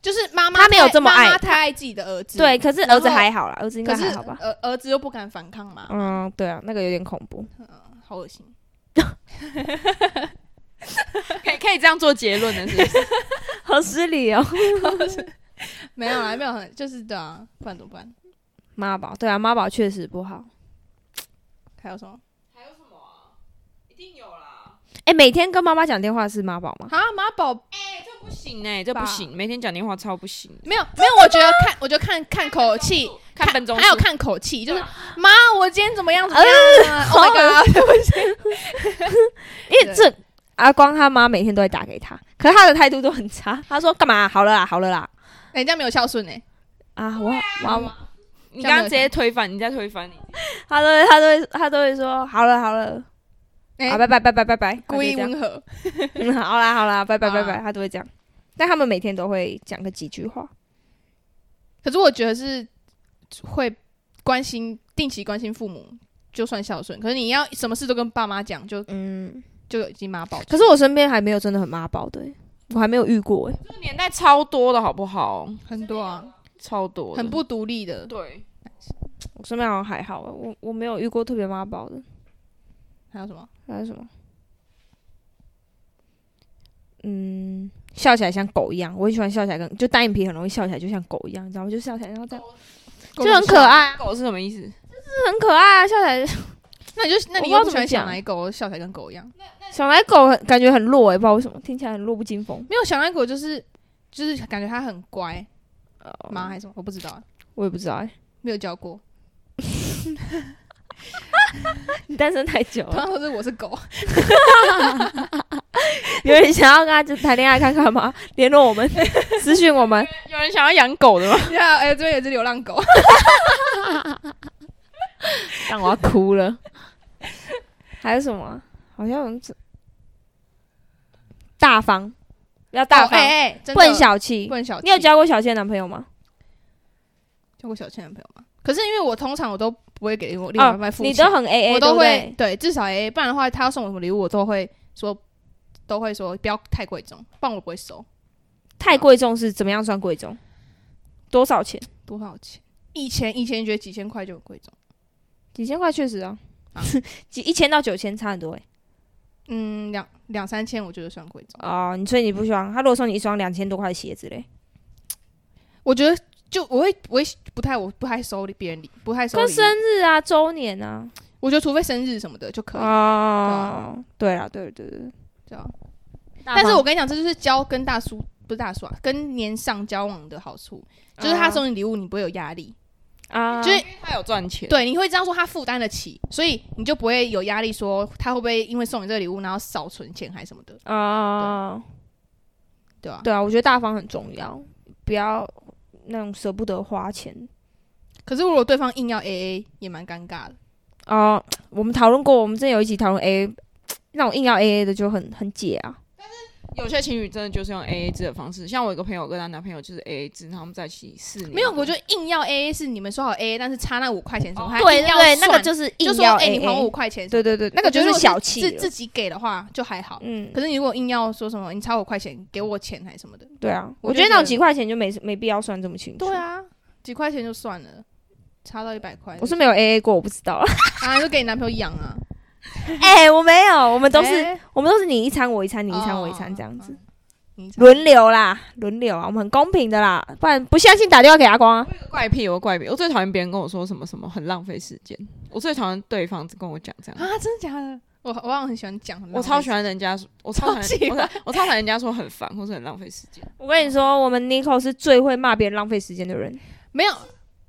[SPEAKER 2] 就是妈妈太，
[SPEAKER 1] 他没有这么爱
[SPEAKER 2] 妈妈太爱自己的儿子。
[SPEAKER 1] 对，，可是
[SPEAKER 2] 然后
[SPEAKER 1] 儿子还好啦，儿子应该
[SPEAKER 2] 可是
[SPEAKER 1] 还好吧？
[SPEAKER 2] 儿儿子又不敢反抗嘛，
[SPEAKER 1] 嗯，对啊，那个有点恐怖。
[SPEAKER 2] 好恶心。
[SPEAKER 3] 可以可以这样做结论的是不是？
[SPEAKER 1] 好失礼哦，
[SPEAKER 2] 没有啦，没有很，就是对啊，不然怎么办？
[SPEAKER 1] 妈宝，对啊，妈宝确实不好。
[SPEAKER 2] 还有什么？
[SPEAKER 3] 还有什么啊？ (laughs) 一定有啦。
[SPEAKER 1] 哎，每天跟妈妈讲电话是妈宝吗？
[SPEAKER 2] 啊，妈宝
[SPEAKER 3] 这不行哎、这不行，每天讲电话超不行的。
[SPEAKER 2] 没有没有，我觉得看，我觉得看看口气，
[SPEAKER 3] 看分钟数，
[SPEAKER 2] 还有看口气，就是妈，我今天怎么样怎
[SPEAKER 1] 啊呃
[SPEAKER 2] 么样啊？Oh
[SPEAKER 1] 好恶 (laughs)
[SPEAKER 2] my god！对不起
[SPEAKER 1] 因为
[SPEAKER 2] 对
[SPEAKER 1] 这阿光他妈每天都会打给他，可是他的态度都很差。 (laughs) 他说干嘛？好了啦，好了啦。
[SPEAKER 2] 哎，这样没有孝
[SPEAKER 1] (laughs)
[SPEAKER 2] 顺哎。
[SPEAKER 1] 啊，我妈妈，
[SPEAKER 3] 你刚刚直接推翻，你再推翻你。
[SPEAKER 1] (laughs) 他都会，他都会，他都会说好了，好了，
[SPEAKER 2] 哎
[SPEAKER 1] 啊，拜拜，拜拜，拜拜，
[SPEAKER 2] 故意
[SPEAKER 1] 他就
[SPEAKER 2] 温和。
[SPEAKER 1] 这样，嗯， (laughs) 好啦，好啦，拜拜，
[SPEAKER 2] 好啦
[SPEAKER 1] 拜拜，他都会这样。但他们每天都会讲个几句话，
[SPEAKER 2] 可是我觉得是会关心，定期关心父母，就算孝顺。可是你要什么事都跟爸妈讲，就
[SPEAKER 1] 嗯，
[SPEAKER 2] 就已经妈宝。
[SPEAKER 1] 可是我身边还没有真的很妈宝的欸、我还没有遇过哎、
[SPEAKER 3] 这个年代超多的好不好？
[SPEAKER 2] 很多啊，
[SPEAKER 3] 超多的，
[SPEAKER 2] 很不独立的
[SPEAKER 3] 对。
[SPEAKER 1] 我身边好像还好、欸，我我没有遇过特别妈宝的，
[SPEAKER 2] 还有什么？
[SPEAKER 1] 还有什么？嗯，笑起来像狗一样，我很喜欢笑起来跟就单眼皮很容易笑起来就像狗一样，你知道吗？就笑起来然后这
[SPEAKER 2] 哦
[SPEAKER 1] 样，就很可爱啊，
[SPEAKER 3] 狗是什么意思？
[SPEAKER 1] 这很可爱啊，笑起来
[SPEAKER 2] 那你就那你
[SPEAKER 1] 我
[SPEAKER 2] 又
[SPEAKER 1] 不知道怎
[SPEAKER 2] 不喜
[SPEAKER 1] 么
[SPEAKER 2] 欢小
[SPEAKER 1] 讲
[SPEAKER 2] 奶狗，小才跟狗一样。
[SPEAKER 1] 小奶狗很感觉很弱哎、不知道为什么听起来很弱不禁风，
[SPEAKER 2] 没有小奶狗就是就是感觉它很乖
[SPEAKER 1] 哦
[SPEAKER 2] 吗？还是什么？我不知道啊，
[SPEAKER 1] 我也不知道哎、
[SPEAKER 2] 没有教过。
[SPEAKER 1] 你单身太久
[SPEAKER 2] 通 (laughs)
[SPEAKER 1] 了，
[SPEAKER 2] 常都是我是狗，
[SPEAKER 1] 有人想要跟他就谈恋爱看看吗？联络我们， (laughs) 私讯我们，
[SPEAKER 3] 有人想要养狗的吗？
[SPEAKER 2] (laughs)
[SPEAKER 3] (laughs)
[SPEAKER 2] 对啊，哎，这边有只流浪狗。
[SPEAKER 1] 让我要哭了。还有什么啊？好像有大方，要 (laughs) 大
[SPEAKER 2] 哦
[SPEAKER 1] 方，
[SPEAKER 2] (laughs) 哎哎，真的
[SPEAKER 1] 不能小气
[SPEAKER 2] 不。能小气。
[SPEAKER 1] 你有交过小气的男朋友吗？
[SPEAKER 2] 交过小气男朋友吗？可是因为我通常我都不会给我另外
[SPEAKER 1] 哦
[SPEAKER 2] 一半，付
[SPEAKER 1] 你
[SPEAKER 2] 钱
[SPEAKER 1] 都很 A A，
[SPEAKER 2] 我
[SPEAKER 1] 对
[SPEAKER 2] 都会
[SPEAKER 1] 不
[SPEAKER 2] 对至少 A，不然的话他要送我什么礼物，我都会说都会说不要太贵重，不然我不会收。
[SPEAKER 1] 对太贵重是怎么样算贵重？多少钱？
[SPEAKER 2] 多少钱？以前以前觉得几千块就很贵重，
[SPEAKER 1] 几千块确实啊 (laughs)
[SPEAKER 2] 啊，
[SPEAKER 1] 几一千到九千差很多哎、
[SPEAKER 2] 嗯，两两三千我觉得算贵重。
[SPEAKER 1] 哦，你所以你不喜欢他？如果送你一双两千多块的鞋子嘞，
[SPEAKER 2] 我觉得就我会我会不太我不太收别人礼，不太收礼
[SPEAKER 1] 跟
[SPEAKER 2] 物。
[SPEAKER 1] 生日啊、周年啊，
[SPEAKER 2] 我觉得除非生日什么的就可以，
[SPEAKER 1] 哦，对啦，对对对，
[SPEAKER 2] 对啊。
[SPEAKER 1] 但
[SPEAKER 2] 但是我跟你讲，这就是交跟大叔不是大叔啊，跟年上交往的好处，就是他送你礼物你不会有压力，
[SPEAKER 1] 啊，
[SPEAKER 2] 就是
[SPEAKER 3] 因为他有赚钱，
[SPEAKER 2] 对，你会知道说他负担得起，所以你就不会有压力，说他会不会因为送你这个礼物，然后少存钱还什么的，
[SPEAKER 1] 啊，
[SPEAKER 2] 对吧、
[SPEAKER 1] 对啊，我觉得大方很重要，不要那种舍不得花钱。
[SPEAKER 2] 可是如果对方硬要 A A，也蛮尴尬的。
[SPEAKER 1] 哦，我们讨论过，我们之前有一集讨论 A，那种硬要 A A 的就很很解啊。
[SPEAKER 3] 有些情侣真的就是用 A A 制的方式，像我有一个朋友跟她男朋友就是 A A 制，然后他们在一起四年。
[SPEAKER 2] 没有，我觉得硬要 A A 是你们说好 A A，但是差那五块钱什么，
[SPEAKER 3] 哦
[SPEAKER 2] 还
[SPEAKER 1] 对
[SPEAKER 2] 硬要
[SPEAKER 1] 对，
[SPEAKER 2] 算
[SPEAKER 1] 那个就是
[SPEAKER 2] 就
[SPEAKER 1] 硬
[SPEAKER 2] 说
[SPEAKER 1] 要
[SPEAKER 2] 哎、
[SPEAKER 1] A
[SPEAKER 2] 你还我五
[SPEAKER 1] A，
[SPEAKER 2] 块钱，
[SPEAKER 1] 对对对，那个就
[SPEAKER 2] 我觉得
[SPEAKER 1] 是
[SPEAKER 2] 如果
[SPEAKER 1] 小气
[SPEAKER 2] 自
[SPEAKER 1] 了
[SPEAKER 2] 自己给的话就还好。
[SPEAKER 1] 嗯，
[SPEAKER 2] 可是你如果硬要说什么，你差我五块钱，给我钱还什么的，
[SPEAKER 1] 对啊，
[SPEAKER 2] 我
[SPEAKER 1] 我
[SPEAKER 2] 就
[SPEAKER 1] 觉得那
[SPEAKER 2] 觉
[SPEAKER 1] 种
[SPEAKER 2] 得
[SPEAKER 1] 几块钱就没没必要算这么清楚。
[SPEAKER 2] 对，啊，几块钱就算了，差到一百块，
[SPEAKER 1] 我是没有 A A 过，我不知
[SPEAKER 2] (laughs)
[SPEAKER 1] 道。
[SPEAKER 2] 啊，就给你男朋友养啊，
[SPEAKER 1] 哎，我没有，我们 (laughs) 都是
[SPEAKER 2] 哎
[SPEAKER 1] 我们都是你一餐我一餐，你一餐
[SPEAKER 2] 哦
[SPEAKER 1] 我一
[SPEAKER 2] 哦
[SPEAKER 1] 餐这样子
[SPEAKER 2] 哦，你才
[SPEAKER 1] 轮流啦，轮流啊，我们很公平的啦，不然不相信打电话给阿光啊。
[SPEAKER 3] 我有个怪癖，我有个怪癖，我最讨厌别人跟我说什么什么很浪费时间，我最讨厌对方只跟我讲这样。
[SPEAKER 2] 啊，真的假的？我我好像很喜欢讲，很
[SPEAKER 3] 我
[SPEAKER 2] 浪
[SPEAKER 3] 超
[SPEAKER 2] 费
[SPEAKER 3] 喜欢人家说，我超
[SPEAKER 2] 超
[SPEAKER 3] 喜
[SPEAKER 2] 喜
[SPEAKER 3] 欢，我超我超讨厌人家说很烦或是很浪费时间。
[SPEAKER 1] 我跟你说，我们 Nico 是最会骂别人浪费时间的人。
[SPEAKER 2] 没有，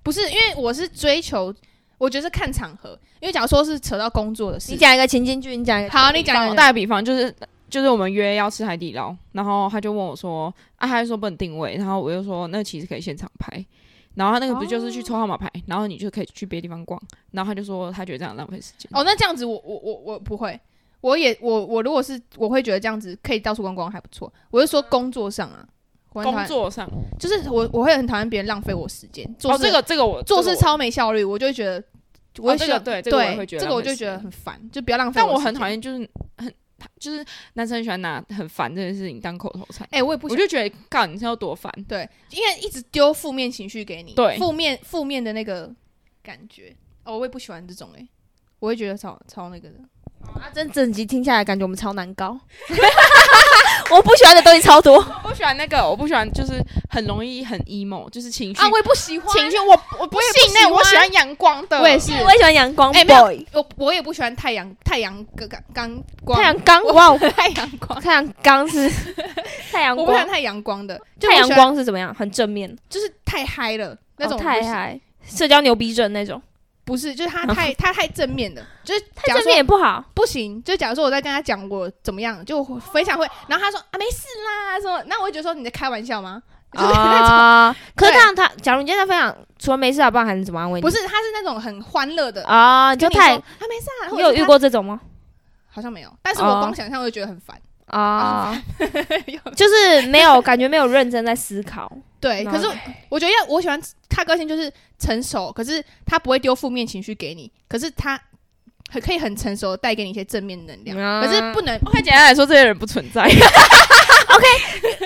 [SPEAKER 2] 不是因为我是追求，我觉得是看场合。因为假如说是扯到工作的事，
[SPEAKER 1] 你讲一个情境剧，你讲一个
[SPEAKER 2] 好，你讲
[SPEAKER 3] 我
[SPEAKER 2] 一
[SPEAKER 3] 打
[SPEAKER 2] 下
[SPEAKER 3] 个比方，就是就是我们约要吃海底捞，然后他就问我说，啊，他就说不能定位，然后我就说那其实可以现场拍，然后他那个不就是
[SPEAKER 2] 哦
[SPEAKER 3] 去抽号码牌，然后你就可以去别的地方逛，然后他就说他觉得这样浪费时间。
[SPEAKER 2] 哦，那这样子我我我我不会，我也我我如果是我会觉得这样子可以到处逛逛还不错。我是说工作上啊，我很讨
[SPEAKER 3] 嗯工
[SPEAKER 2] 厌
[SPEAKER 3] 作上，
[SPEAKER 2] 就是我我会很讨厌别人浪费我时间，做
[SPEAKER 3] 哦，
[SPEAKER 2] 事、
[SPEAKER 3] 这个这个我
[SPEAKER 2] 做事，
[SPEAKER 3] 这个我
[SPEAKER 2] 超没效率，我就会觉得我会
[SPEAKER 3] 哦这
[SPEAKER 2] 希
[SPEAKER 3] 个
[SPEAKER 2] 望、
[SPEAKER 3] 对这
[SPEAKER 2] 对
[SPEAKER 3] 个我也会觉得
[SPEAKER 2] 这个我
[SPEAKER 3] 浪费
[SPEAKER 2] 就
[SPEAKER 3] 时
[SPEAKER 2] 觉得
[SPEAKER 3] 间
[SPEAKER 2] 很烦，就不要浪费
[SPEAKER 3] 但我
[SPEAKER 2] 时
[SPEAKER 3] 很
[SPEAKER 2] 间
[SPEAKER 3] 讨。厌就是很就是男生很喜欢拿很烦这件事情当口头禅，
[SPEAKER 2] 哎、我也不
[SPEAKER 3] 我
[SPEAKER 2] 喜
[SPEAKER 3] 就觉得告你是要多烦。
[SPEAKER 2] 对，因为一直丢负面情绪给你，
[SPEAKER 3] 对
[SPEAKER 2] 负面负面的那个感觉，哦，我也不喜欢这种哎、我会觉得超超那个的，
[SPEAKER 1] 啊，真整集听下来，感觉我们超难 (laughs) 搞。我不喜欢的东西超多。
[SPEAKER 3] 我不喜欢那个，我不喜欢就是很容易很 emo，就是情绪、
[SPEAKER 2] 啊，我也不喜欢，
[SPEAKER 3] 情绪，我我不
[SPEAKER 2] 我也不
[SPEAKER 3] 信那
[SPEAKER 2] 喜欢
[SPEAKER 3] 我喜欢阳光的，
[SPEAKER 2] 我也是，
[SPEAKER 1] 我也喜欢阳光
[SPEAKER 2] 哎没有
[SPEAKER 1] boy，
[SPEAKER 2] 我我也不喜欢太阳太阳刚刚光
[SPEAKER 1] 太阳刚哇，哦
[SPEAKER 2] 太阳光，
[SPEAKER 1] 太阳刚是 (laughs) 太阳
[SPEAKER 2] 我不喜欢
[SPEAKER 1] 光，
[SPEAKER 2] 太阳光的，就
[SPEAKER 1] 太
[SPEAKER 2] 我
[SPEAKER 1] 阳
[SPEAKER 2] 喜欢
[SPEAKER 1] 光是怎么样？很正面，
[SPEAKER 2] 就是太嗨了那种
[SPEAKER 1] 哦
[SPEAKER 2] 我不
[SPEAKER 1] 太
[SPEAKER 2] 行，
[SPEAKER 1] 嗨，社交牛逼症那种，
[SPEAKER 2] 不是，就是他太他太正面的，就是
[SPEAKER 1] 太
[SPEAKER 2] 假如
[SPEAKER 1] 正
[SPEAKER 2] 说
[SPEAKER 1] 面也不好。
[SPEAKER 2] 不行，就假如说我在跟他讲我怎么样，就我非常会，然后他说啊没事啦，说那我会觉得说你在开玩笑吗？就是那种。
[SPEAKER 1] 啊！可是
[SPEAKER 2] 对
[SPEAKER 1] 这样他，假如你今天在分享，除了没事啊，不然还能怎么安慰你？
[SPEAKER 2] 不是，他是那种很欢乐的，
[SPEAKER 1] 啊，你就
[SPEAKER 2] 跟你
[SPEAKER 1] 太，
[SPEAKER 2] 说他没事啊。然后
[SPEAKER 1] 你
[SPEAKER 2] 我
[SPEAKER 1] 有
[SPEAKER 2] 就
[SPEAKER 1] 遇
[SPEAKER 2] 跟他？
[SPEAKER 1] 过这种吗？
[SPEAKER 2] 好像没有，但是我
[SPEAKER 1] 哦
[SPEAKER 2] 光想象我就觉得很烦。
[SPEAKER 1] 啊， (laughs)
[SPEAKER 2] 有
[SPEAKER 1] 就是没有感觉，没有认真在思考。
[SPEAKER 2] 对，
[SPEAKER 1] 然
[SPEAKER 2] 可
[SPEAKER 1] 后
[SPEAKER 2] 是我觉得要我喜欢他个性就是成熟，可是他不会丢负面情绪给你，可是他很可以很成熟地带给你一些正面能量，
[SPEAKER 1] 啊
[SPEAKER 2] 可是不能。
[SPEAKER 3] 快简单来说，这些人不存 (laughs) 在。
[SPEAKER 1] (laughs)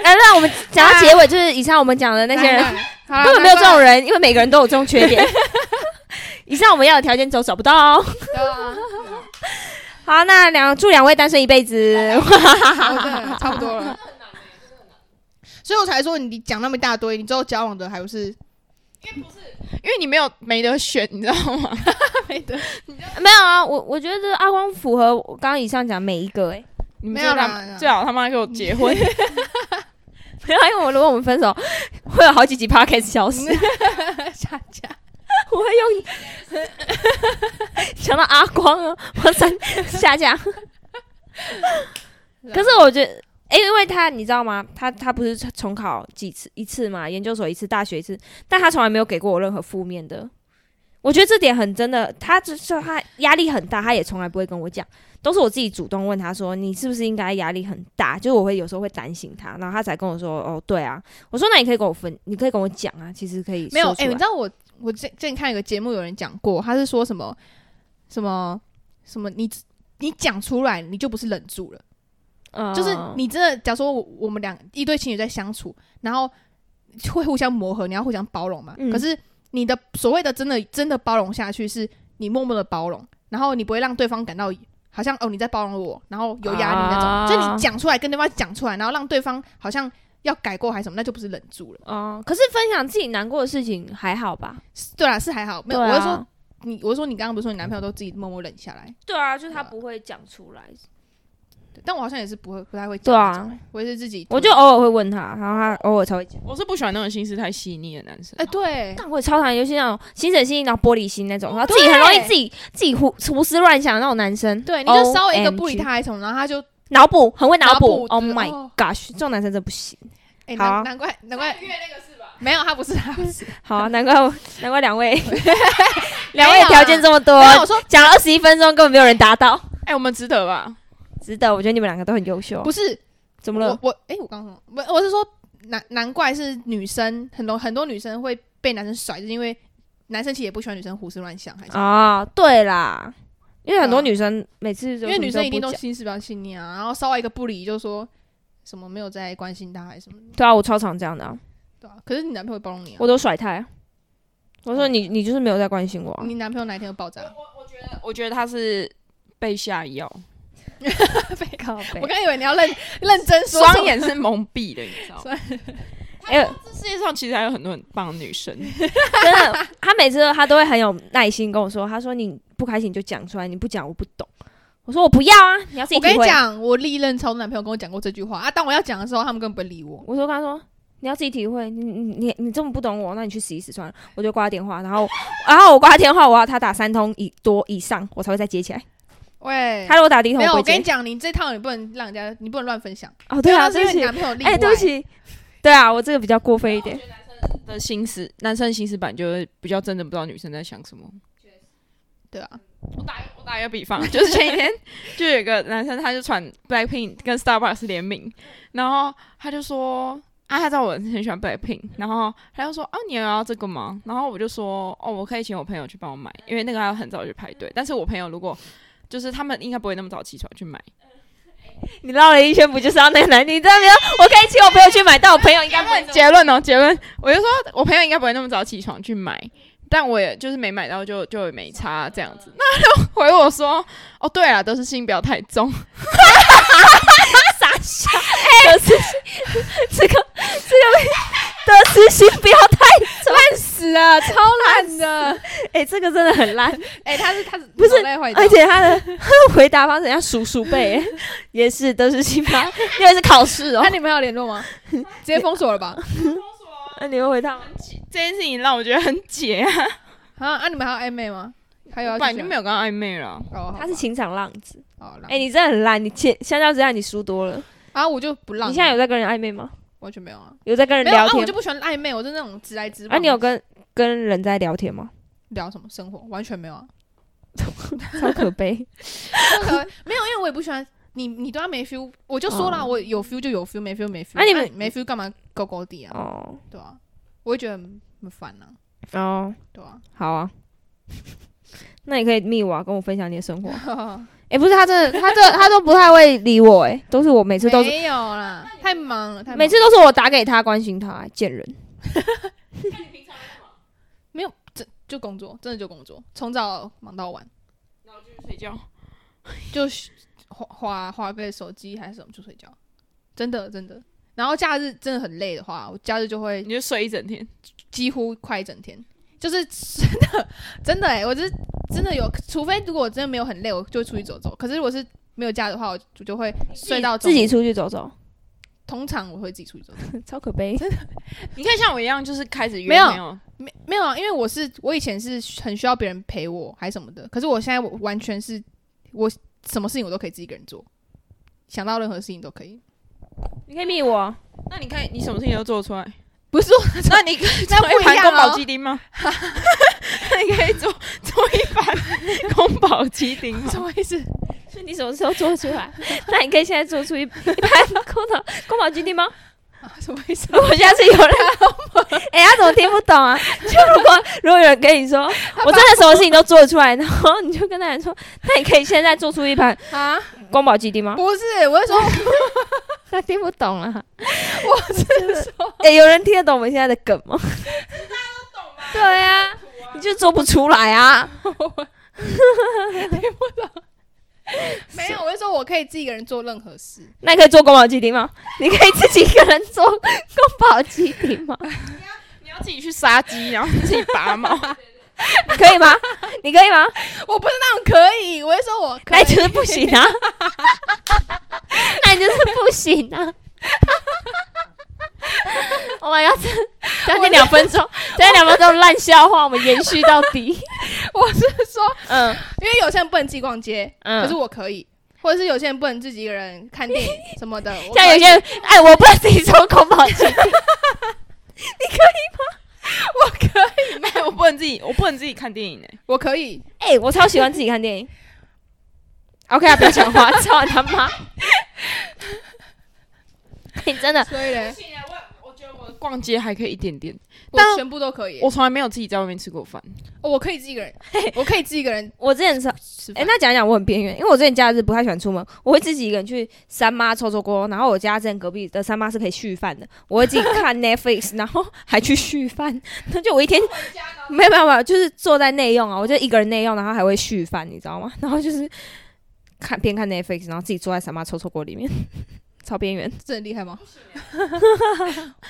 [SPEAKER 1] 哎，那我们讲到结尾，就是以上我们讲的那些人，
[SPEAKER 2] 好啦
[SPEAKER 1] 根本没有这种。
[SPEAKER 2] 难
[SPEAKER 1] 人，因为每个人都有这种缺 (laughs) 点。以上我们要的条件都找不到哦。
[SPEAKER 2] 怪对啊
[SPEAKER 1] 好，那两祝两位单身一辈子。
[SPEAKER 2] 哦对差不 (laughs) 多了。所以我才说你讲那么一大堆，你之后交往的还不是
[SPEAKER 3] 因为你没有没得选，你知道吗？
[SPEAKER 2] 没得
[SPEAKER 1] (laughs) 没有啊，我我觉得阿光符合我刚刚以上讲每一个哎、 (laughs) 欸，
[SPEAKER 3] 你们
[SPEAKER 2] 没有啦
[SPEAKER 3] 最好
[SPEAKER 2] 没有啦
[SPEAKER 3] 最好他妈给我结 (laughs) 婚。
[SPEAKER 1] 没有啊，因为我如果我们分手，会有好几集 podcast 消失，
[SPEAKER 2] 哎下架？
[SPEAKER 1] (laughs) 我会用 (laughs) 想到阿光啊，我三下
[SPEAKER 2] (laughs)
[SPEAKER 1] 架。可是我觉得，哎、因为他你知道吗？他他不是重考几次一次嘛，研究所一次，大学一次，但他从来没有给过我任何负面的。我觉得这点很真的，他只是他压力很大，他也从来不会跟我讲，都是我自己主动问他说你是不是应该压力很大？就是我会有时候会担心他，然后他才跟我说哦对啊，我说那你可以跟我分，你可以跟我讲啊，其实可以
[SPEAKER 2] 没有，
[SPEAKER 1] 哎、
[SPEAKER 2] 哎、你知道我我之之前看有个节目，有人讲过，他是说什么什么什么，你你讲出来，你就不是忍住了，
[SPEAKER 1] 嗯
[SPEAKER 2] 就是你真的，假如说我我们两一对情侣在相处，然后会互相磨合，你要互相包容嘛。
[SPEAKER 1] 嗯
[SPEAKER 2] 可是你的所谓的真的真的包容下去，是你默默的包容，然后你不会让对方感到。好像哦，你在包容我，然后有压力那种，
[SPEAKER 1] 啊
[SPEAKER 2] 就你讲出来跟对方讲出来，然后让对方好像要改过还是什么，那就不是忍住了。
[SPEAKER 1] 哦、可是分享自己难过的事情还好吧？
[SPEAKER 2] 对啦，是还好，没有，
[SPEAKER 1] 对
[SPEAKER 2] 我
[SPEAKER 1] 啊
[SPEAKER 2] 是说你，我是说你刚刚不是说你男朋友都自己默默忍下来，
[SPEAKER 1] 对啊，就是
[SPEAKER 2] 他
[SPEAKER 1] 不会讲出来，
[SPEAKER 2] 对但我好像也是不会不太会讲
[SPEAKER 1] 对啊
[SPEAKER 2] 那种欸，我也是自己，
[SPEAKER 1] 我就偶尔会问他，然后
[SPEAKER 2] 啊
[SPEAKER 1] 他偶尔才会讲。
[SPEAKER 3] 我是不喜欢那种心思太细腻的男生。
[SPEAKER 2] 哎、对，
[SPEAKER 1] 但我超讨厌，尤其那种心神细腻，然后玻璃心那种，然后自己很容易
[SPEAKER 2] 对
[SPEAKER 1] 自己自己胡胡思乱想的那种男生。
[SPEAKER 2] 对，你就稍微一个
[SPEAKER 1] OMG
[SPEAKER 2] 不理他还是什么，然后他就
[SPEAKER 1] 脑补，很会脑补。
[SPEAKER 2] 脑
[SPEAKER 1] Oh
[SPEAKER 2] 补
[SPEAKER 1] my
[SPEAKER 2] 哦
[SPEAKER 1] gosh，这种男生真不行。
[SPEAKER 2] 哎、
[SPEAKER 1] 好啊
[SPEAKER 2] 难难怪难怪月那个是吧？没有，他不是，他不是。
[SPEAKER 1] 好啊，难怪我难怪两位 (laughs) 两
[SPEAKER 2] 没
[SPEAKER 1] 位
[SPEAKER 2] 有啊
[SPEAKER 1] 条件这么多
[SPEAKER 2] 啊没，有，我说
[SPEAKER 1] 讲了二十一分钟，根本没有人达到，
[SPEAKER 3] 哎、我们值得吧？
[SPEAKER 1] 值得。我觉得你们两个都很优秀
[SPEAKER 2] 不。是，
[SPEAKER 1] 怎么
[SPEAKER 2] 我
[SPEAKER 1] 了？
[SPEAKER 2] 我哎、我刚刚我我是说难难怪是女生很多很多女生会被男生甩，就是因为男生其实也不喜欢女生胡思乱想，还是、
[SPEAKER 1] 啊，对啦，因为很多
[SPEAKER 2] 对啊
[SPEAKER 1] 女生每次
[SPEAKER 2] 因
[SPEAKER 1] 就
[SPEAKER 2] 为女生一定
[SPEAKER 1] 不
[SPEAKER 2] 都
[SPEAKER 1] 讲
[SPEAKER 2] 心思比较细腻啊，然后稍微一个不理就说什么没有在关心他还是什么的，
[SPEAKER 1] 对啊，我超常这样的啊，
[SPEAKER 2] 对啊，可是你男朋友包容你啊，
[SPEAKER 1] 我都甩他啊。我说你你就是没有在关心我
[SPEAKER 2] (laughs)
[SPEAKER 1] 啊。
[SPEAKER 2] 你男朋友哪一天就爆炸？
[SPEAKER 3] 我觉得他是被下药，
[SPEAKER 1] 靠背
[SPEAKER 2] 我刚以为你要认认真说
[SPEAKER 3] 双，眼是蒙蔽的，你知道吗？
[SPEAKER 1] 哎呦，
[SPEAKER 3] 这世界上其实还有很多很棒的女生，
[SPEAKER 1] 真的，他每次都他都会很有耐心跟我说，他说你不开心你就讲出来，你不讲我不懂。我说我不要啊，你要自己
[SPEAKER 2] 我
[SPEAKER 1] 体会。
[SPEAKER 2] 跟你讲，我历任超多男朋友跟我讲过这句话啊，当我要讲的时候，他们根本不会理我。
[SPEAKER 1] 我说跟他说你要自己体会，你你你你这么不懂我，那你去死一死算了。我就挂电话，然后然后我挂电话，我要他打三通以多以上，我才会再接起来。
[SPEAKER 2] 喂，
[SPEAKER 1] 他如果打第一通，
[SPEAKER 2] 没有，
[SPEAKER 1] 我
[SPEAKER 2] 我
[SPEAKER 1] 不会
[SPEAKER 2] 跟
[SPEAKER 1] 接。
[SPEAKER 2] 你讲，你这套你不能让人家，你不能乱分享。
[SPEAKER 1] 哦，对啊，
[SPEAKER 2] 因
[SPEAKER 1] 对
[SPEAKER 2] 为那
[SPEAKER 1] 不
[SPEAKER 2] 是因为你
[SPEAKER 1] 起，
[SPEAKER 2] 男朋友例外。
[SPEAKER 1] 哎，对不，起，对啊，我这个比较过分一点。
[SPEAKER 3] 的心思，男生的心思版就会比较真的不知道女生在想什么。
[SPEAKER 2] 对啊，
[SPEAKER 3] 我打一个比方， (laughs) 就是前几天就有一个男生，他就传 Blackpink 跟 Starbucks 联名，然后他就说。啊，他知道我很喜欢 Blackpink，然后他就说：“啊，你有要这个吗？”然后我就说：“哦，我可以请我朋友去帮我买，因为那个要很早去排队。但是我朋友如果就是他们应该不会那么早起床去买，
[SPEAKER 1] 你绕了一圈，不就是要那个男？你这边我可以请我朋友去买，但我朋友应该不会。
[SPEAKER 3] 结论哦，结论，我就说我朋友应该不会那么早起床去买，但我也就是没买到就就也没差这样子。那他就回我说，哦，对啊，都是心不要太重。
[SPEAKER 1] 得失心，哎这个这个得失心不要太烂死啊！超烂的，哎、这个真的很烂，
[SPEAKER 2] (laughs) 哎，他是他是
[SPEAKER 1] 不是
[SPEAKER 2] 脑袋坏掉
[SPEAKER 1] 而且他的他的 (laughs) 回答方式像数数背，哎也是得失心吧？因为是考试哦
[SPEAKER 2] 他。女朋友有联络吗？直接封锁了吧？
[SPEAKER 1] (laughs) 那你会回他吗？
[SPEAKER 3] (laughs) 这件事情让我觉得很解 (laughs) 啊，
[SPEAKER 2] 啊啊，你们还有暧昧吗？还有要
[SPEAKER 3] 我本
[SPEAKER 2] 继续
[SPEAKER 3] 来就
[SPEAKER 2] 吗
[SPEAKER 3] 没有跟他暧昧了。
[SPEAKER 2] 哦，好
[SPEAKER 1] 他是
[SPEAKER 2] 吧
[SPEAKER 1] 情场浪子，
[SPEAKER 2] 哦，
[SPEAKER 1] 哎、
[SPEAKER 2] 哎
[SPEAKER 1] 你真的很烂，你前相较之下你输多了。
[SPEAKER 2] 啊，我就不让
[SPEAKER 1] 你现在有在跟人暧昧吗？
[SPEAKER 2] 完全没有啊，
[SPEAKER 1] 有在跟人
[SPEAKER 2] 没有
[SPEAKER 1] 聊
[SPEAKER 2] 啊，我
[SPEAKER 1] 天
[SPEAKER 2] 就？不喜欢暧昧，我是那种直来直
[SPEAKER 1] 啊，
[SPEAKER 2] 往。
[SPEAKER 1] 你有跟跟人在聊天吗？
[SPEAKER 2] 聊什么生活？完全没有啊， (laughs)
[SPEAKER 1] 超可悲。
[SPEAKER 2] 那个没有，因为我也不喜欢你，你对他没 feel，我就说了，
[SPEAKER 1] 哦
[SPEAKER 2] 我有 feel 就有 feel，没 feel 没 feel。
[SPEAKER 1] 啊你们
[SPEAKER 2] 没 feel 干嘛勾勾地
[SPEAKER 1] (laughs)
[SPEAKER 2] 啊？
[SPEAKER 1] 哦
[SPEAKER 2] 对啊，我会觉得很很烦啊，
[SPEAKER 1] 哦，
[SPEAKER 2] 对啊。
[SPEAKER 1] 好啊， (laughs) 那你可以密我、啊，跟我分享你的生活。 (laughs) 哎、不是他这他这他都不太会理我、诶，都是我每次都是
[SPEAKER 2] 没有啦，太忙了，太忙了
[SPEAKER 1] 每次都是我打给他关心他、贱 (laughs) 人。
[SPEAKER 2] 没有，真就工作，真的就工作，从早忙到晚，
[SPEAKER 3] 睡觉，
[SPEAKER 2] 就划划划个手机还是什么就睡觉，真的真的。然后假日真的很累的话，我假日就会
[SPEAKER 3] 你就睡一整天。
[SPEAKER 2] 几乎快一整天，就是真的 (laughs) 真的哎、我就是真的有，除非如果我真的没有很累，我就会出去走走。可是如果是没有假的话，我就就会睡到中
[SPEAKER 1] 自
[SPEAKER 2] 午
[SPEAKER 1] 己。出去走走，
[SPEAKER 2] 通常我会自己出去走走，
[SPEAKER 1] (laughs) 超可悲。
[SPEAKER 3] 你可以像我一样，就是开始约
[SPEAKER 2] 没有
[SPEAKER 3] 有
[SPEAKER 2] 没没有啊？因为我是我以前是很需要别人陪我还什么的，可是我现在我完全是我什么事情我都可以自己一个人做，想到任何事情都可以。
[SPEAKER 1] 你可以密我啊、
[SPEAKER 3] 那你看你什么事情都做得出来，
[SPEAKER 2] 不是说
[SPEAKER 3] 那你可以
[SPEAKER 2] 那
[SPEAKER 3] 做
[SPEAKER 2] 不一啊
[SPEAKER 3] 一盘
[SPEAKER 2] 样
[SPEAKER 3] 宫
[SPEAKER 2] 哦
[SPEAKER 3] 保鸡丁吗？ (laughs) 你可以做做一盘宫保鸡丁吗？
[SPEAKER 2] 什么意思？
[SPEAKER 1] 所以你什么时候做出来？ (laughs) 那你可以现在做出一一盘宫 (laughs) 保宫保鸡丁吗？
[SPEAKER 2] 啊什么意思？
[SPEAKER 1] 我下次有人， (laughs) 哎、他怎么听不懂啊？ (laughs) 就如果如果有人跟你说，我真的什么事情都做得出来，然后你就跟他人说，那你可以现在做出一盘
[SPEAKER 2] 啊，
[SPEAKER 1] 宫保鸡丁吗？
[SPEAKER 2] 不是，我是说，
[SPEAKER 1] (laughs) 他听不懂啊。
[SPEAKER 2] 我是说，
[SPEAKER 1] (laughs) 哎、有人听得懂我们现在的梗吗？对啊，你就做不出来啊。
[SPEAKER 2] 没有，我是说我可以自己一个人做任何事。
[SPEAKER 1] 那你可以做宫保鸡丁吗？你可以自己一个人做 (laughs) 宫保鸡丁吗？
[SPEAKER 3] (laughs) 你要自己去杀鸡，然后自己拔 (laughs) 毛。
[SPEAKER 1] 你可以吗？你可以吗？
[SPEAKER 2] 我不是那种可以，我是说我可
[SPEAKER 1] 那
[SPEAKER 2] 以
[SPEAKER 1] 你就是不行 (laughs) 啊！那你就是不行啊！ (laughs) 我们要这将近两分钟， (laughs) 将近两分钟烂笑话，我们延续到底。
[SPEAKER 2] (laughs) 我是说，
[SPEAKER 1] 嗯
[SPEAKER 2] 因为有些人不能自己逛街，
[SPEAKER 1] 嗯，
[SPEAKER 2] 可是我可以，或者是有些人不能自己一个人看电影什么的。我
[SPEAKER 1] 像有些人，哎，我不能自己抽空跑去，
[SPEAKER 2] 我可以，没
[SPEAKER 3] 我
[SPEAKER 2] 有，
[SPEAKER 3] 不能自己，我不能自己看电影哎、
[SPEAKER 2] 我可以，
[SPEAKER 1] 哎，我超喜欢自己看电影。OK 啊，不要讲话，操他妈！你真的
[SPEAKER 2] 所以嘞，
[SPEAKER 3] 逛街还可以一点点，
[SPEAKER 2] 我
[SPEAKER 3] 但
[SPEAKER 2] 全部都可以。
[SPEAKER 3] 我从来没有自己在外面吃过饭。
[SPEAKER 2] 哦我可以自己一个人，我可以自己一个人
[SPEAKER 1] 我之前是，
[SPEAKER 2] 吃
[SPEAKER 1] 哎、
[SPEAKER 2] 饭。
[SPEAKER 1] 那讲一讲我很边缘，因为我之前假日不太喜欢出门，我会自己一个人去三妈抽抽锅，然后我家之前隔壁的三妈是可以续饭的，我会自己看 Netflix，然后还去续饭，那就我一天没有没有没有，就是坐在内用啊，我就一个人内用，然后还会续饭，你知道吗？ (laughs) 然后就是看边看 Netflix，然后自己坐在三妈抽抽锅里面，超边缘，
[SPEAKER 2] 这很厉害吗？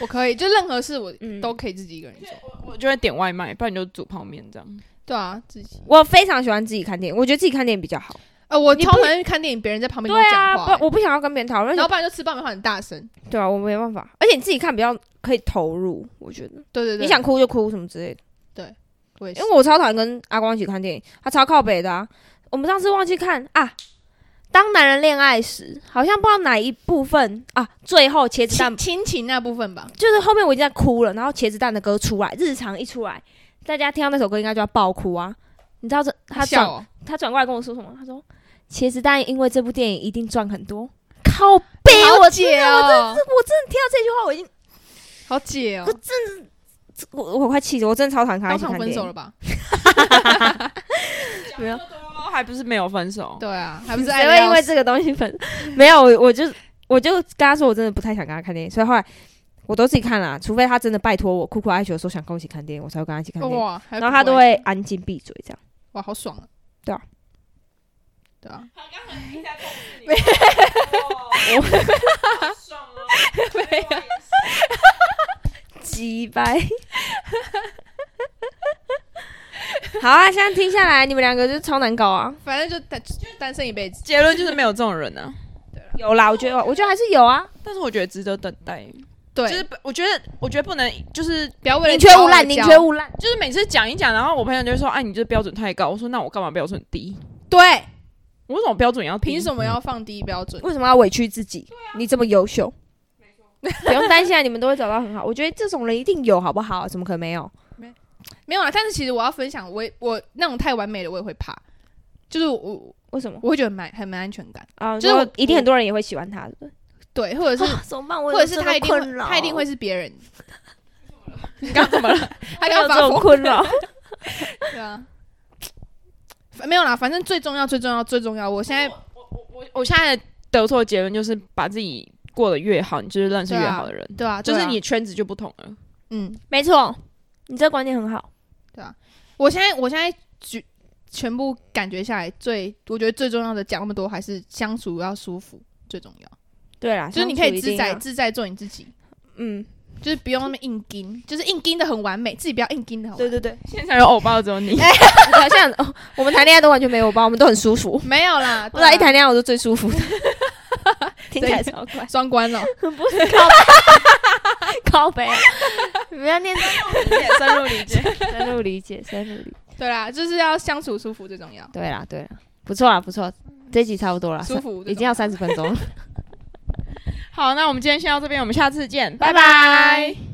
[SPEAKER 2] 我可以，就任何事我
[SPEAKER 1] 嗯
[SPEAKER 2] 都可以自己一个人做。
[SPEAKER 3] 我就会点外卖，不然你就煮泡面这样。
[SPEAKER 2] 对啊，自己。
[SPEAKER 1] 我非常喜欢自己看电影，我觉得自己看电影比较好。
[SPEAKER 2] 呃，我
[SPEAKER 1] 你不
[SPEAKER 2] 超讨厌看电影，别人在旁边
[SPEAKER 1] 对
[SPEAKER 2] 跟我
[SPEAKER 1] 啊，
[SPEAKER 2] 讲话、欸
[SPEAKER 1] 不，我不想要跟别人讨论，
[SPEAKER 2] 然
[SPEAKER 1] 而
[SPEAKER 2] 后
[SPEAKER 1] 且
[SPEAKER 2] 不然就吃爆米花很大声。
[SPEAKER 1] 对啊，我没办法，而且你自己看比较可以投入，我觉得
[SPEAKER 2] 对对对，
[SPEAKER 1] 你想哭就哭什么之类的。
[SPEAKER 2] 我也是
[SPEAKER 1] 因为我超讨厌跟阿光一起看电影，他超靠北的啊。我们上次忘记看啊，《当男人恋爱时》好像不知道哪一部分啊，最后茄子蛋
[SPEAKER 2] 亲亲情那
[SPEAKER 1] (laughs)
[SPEAKER 2] 部分吧。
[SPEAKER 1] 就是后面我已经在哭了，然后茄子蛋的歌出来，日常一出来，大家听到那首歌应该就要爆哭啊。你知道这他
[SPEAKER 2] 笑、
[SPEAKER 1] 转
[SPEAKER 2] 哦，
[SPEAKER 1] 他转过来跟我说什么？他说茄子蛋因为这部电影一定赚很多，靠北！
[SPEAKER 2] 好
[SPEAKER 1] 我
[SPEAKER 2] 解
[SPEAKER 1] 真的我真的
[SPEAKER 2] 哦，
[SPEAKER 1] 我真的听到这句话，我已经
[SPEAKER 2] 好解哦，
[SPEAKER 1] 我我快气死，我真的超讨厌跟他
[SPEAKER 2] 当
[SPEAKER 1] 一起
[SPEAKER 2] 场
[SPEAKER 1] 看电
[SPEAKER 2] 分
[SPEAKER 1] 影
[SPEAKER 2] 手。了吧？
[SPEAKER 1] 没有，
[SPEAKER 3] 哦，还不是没有分手。
[SPEAKER 2] 对啊，还不是爱
[SPEAKER 1] 谁嗯
[SPEAKER 2] 得
[SPEAKER 1] 会因
[SPEAKER 2] 要
[SPEAKER 1] 为
[SPEAKER 2] 死
[SPEAKER 1] 这个东西分？ (laughs) 没有，我我就我就跟他说，我真的不太想跟他看电影，所以后来我都自己看啦，除非他真的拜托我，苦苦哀求说想跟我一起看电影，我才会跟他一起看电影。
[SPEAKER 2] 哇，还有
[SPEAKER 1] 然后他
[SPEAKER 2] 国
[SPEAKER 1] 都
[SPEAKER 2] 外
[SPEAKER 1] 会安静闭嘴这样。
[SPEAKER 2] 哇，好爽啊！
[SPEAKER 1] 对啊，
[SPEAKER 2] 对啊，哦
[SPEAKER 1] 鸡掰。 (laughs) 好啊，现在听下来，你们两个就超难搞啊！
[SPEAKER 2] 反正就单单身一辈子。
[SPEAKER 3] 结论就是没有这种人啊。
[SPEAKER 1] 有啦，我觉得，我觉得还是有啊。
[SPEAKER 3] 但是我觉得值得等待，
[SPEAKER 2] 对，
[SPEAKER 3] 就是不我觉得，我觉得不能，就是
[SPEAKER 2] 不要为了
[SPEAKER 1] 宁缺毋滥，
[SPEAKER 2] 交
[SPEAKER 1] 宁缺毋滥。
[SPEAKER 3] 就是每次讲一讲，然后我朋友就会说：“哎、你这标准太高。”我说：“那我干嘛标准低？
[SPEAKER 2] 对，
[SPEAKER 3] 我为什么标准也要低？
[SPEAKER 2] 凭什
[SPEAKER 1] 嗯
[SPEAKER 2] 么要放低标准？
[SPEAKER 1] 为什么要委屈自己？你这么优 (laughs) 秀，不用担心啊，你们都会找到很好。我觉得这种人一定有，好不好？怎么可能没有？
[SPEAKER 2] 没有啊，但是其实我要分享，我也我那种太完美的我也会怕，就是我
[SPEAKER 1] 为什么？
[SPEAKER 2] 我会觉得蛮很没安全感，
[SPEAKER 1] 啊，
[SPEAKER 2] 就是
[SPEAKER 1] 就
[SPEAKER 2] 我
[SPEAKER 1] 一定很多人也会喜欢他，对不对？
[SPEAKER 2] 对，或者是、
[SPEAKER 1] (laughs) 怎么办？
[SPEAKER 2] 或者是他一定会他一定会是别
[SPEAKER 1] (laughs)
[SPEAKER 2] 人。你刚怎么了？他刚
[SPEAKER 1] 有这
[SPEAKER 2] 发
[SPEAKER 1] 种
[SPEAKER 2] 疯，
[SPEAKER 1] 困
[SPEAKER 2] (laughs)
[SPEAKER 1] 扰。
[SPEAKER 2] 对啊，反没有啦，反正最重要最重要最重要，我现在
[SPEAKER 3] 我 (laughs) 我现在得出的结论就是，把自己过得越好，你就是认识
[SPEAKER 2] 对啊
[SPEAKER 3] 越好的人，
[SPEAKER 2] 对啊，
[SPEAKER 3] 就
[SPEAKER 2] 对
[SPEAKER 3] 是
[SPEAKER 2] 啊
[SPEAKER 3] 你圈子就不同了。
[SPEAKER 2] 嗯，
[SPEAKER 1] 没错，你这个观念很好。
[SPEAKER 2] 我现在我现在举全部感觉下来最我觉得最重要的讲那么多，还是相处要舒服最重要。
[SPEAKER 1] 对啦，
[SPEAKER 2] 就是你可
[SPEAKER 1] 相处
[SPEAKER 2] 以
[SPEAKER 1] 一
[SPEAKER 2] 自
[SPEAKER 1] 定
[SPEAKER 2] 在
[SPEAKER 1] 要，
[SPEAKER 2] 自在做你自己，
[SPEAKER 1] 嗯，
[SPEAKER 2] 就是不用那么硬盯，就是硬盯的很完美，自己不要硬盯的很
[SPEAKER 1] 对
[SPEAKER 2] 完美。
[SPEAKER 1] 对对，
[SPEAKER 3] 现场有欧巴的只有你，
[SPEAKER 1] 好像哦我们谈恋爱都完全没有吧，我们都很舒服。
[SPEAKER 2] 没有啦，
[SPEAKER 1] 不
[SPEAKER 2] (laughs) 对啊
[SPEAKER 1] 然一谈恋爱 (laughs) 我就最舒服
[SPEAKER 2] (laughs)
[SPEAKER 1] 的，听起来超怪，
[SPEAKER 2] 双关了，
[SPEAKER 1] (laughs) 不是靠靠背 (laughs) 啊，不要念
[SPEAKER 3] 深入 (laughs) 理解。
[SPEAKER 1] 深入理解，深入理解。
[SPEAKER 2] 对啦，就是要相处舒服最重要，
[SPEAKER 1] 对啦对啦，不错啊啦不错，这集差不多啦，
[SPEAKER 2] 舒服最
[SPEAKER 1] 已
[SPEAKER 2] 重
[SPEAKER 1] 经要三十分钟了。
[SPEAKER 3] 好，那我们今天先到这边，我们下次见，
[SPEAKER 1] 拜
[SPEAKER 3] 拜
[SPEAKER 1] 拜
[SPEAKER 3] 拜。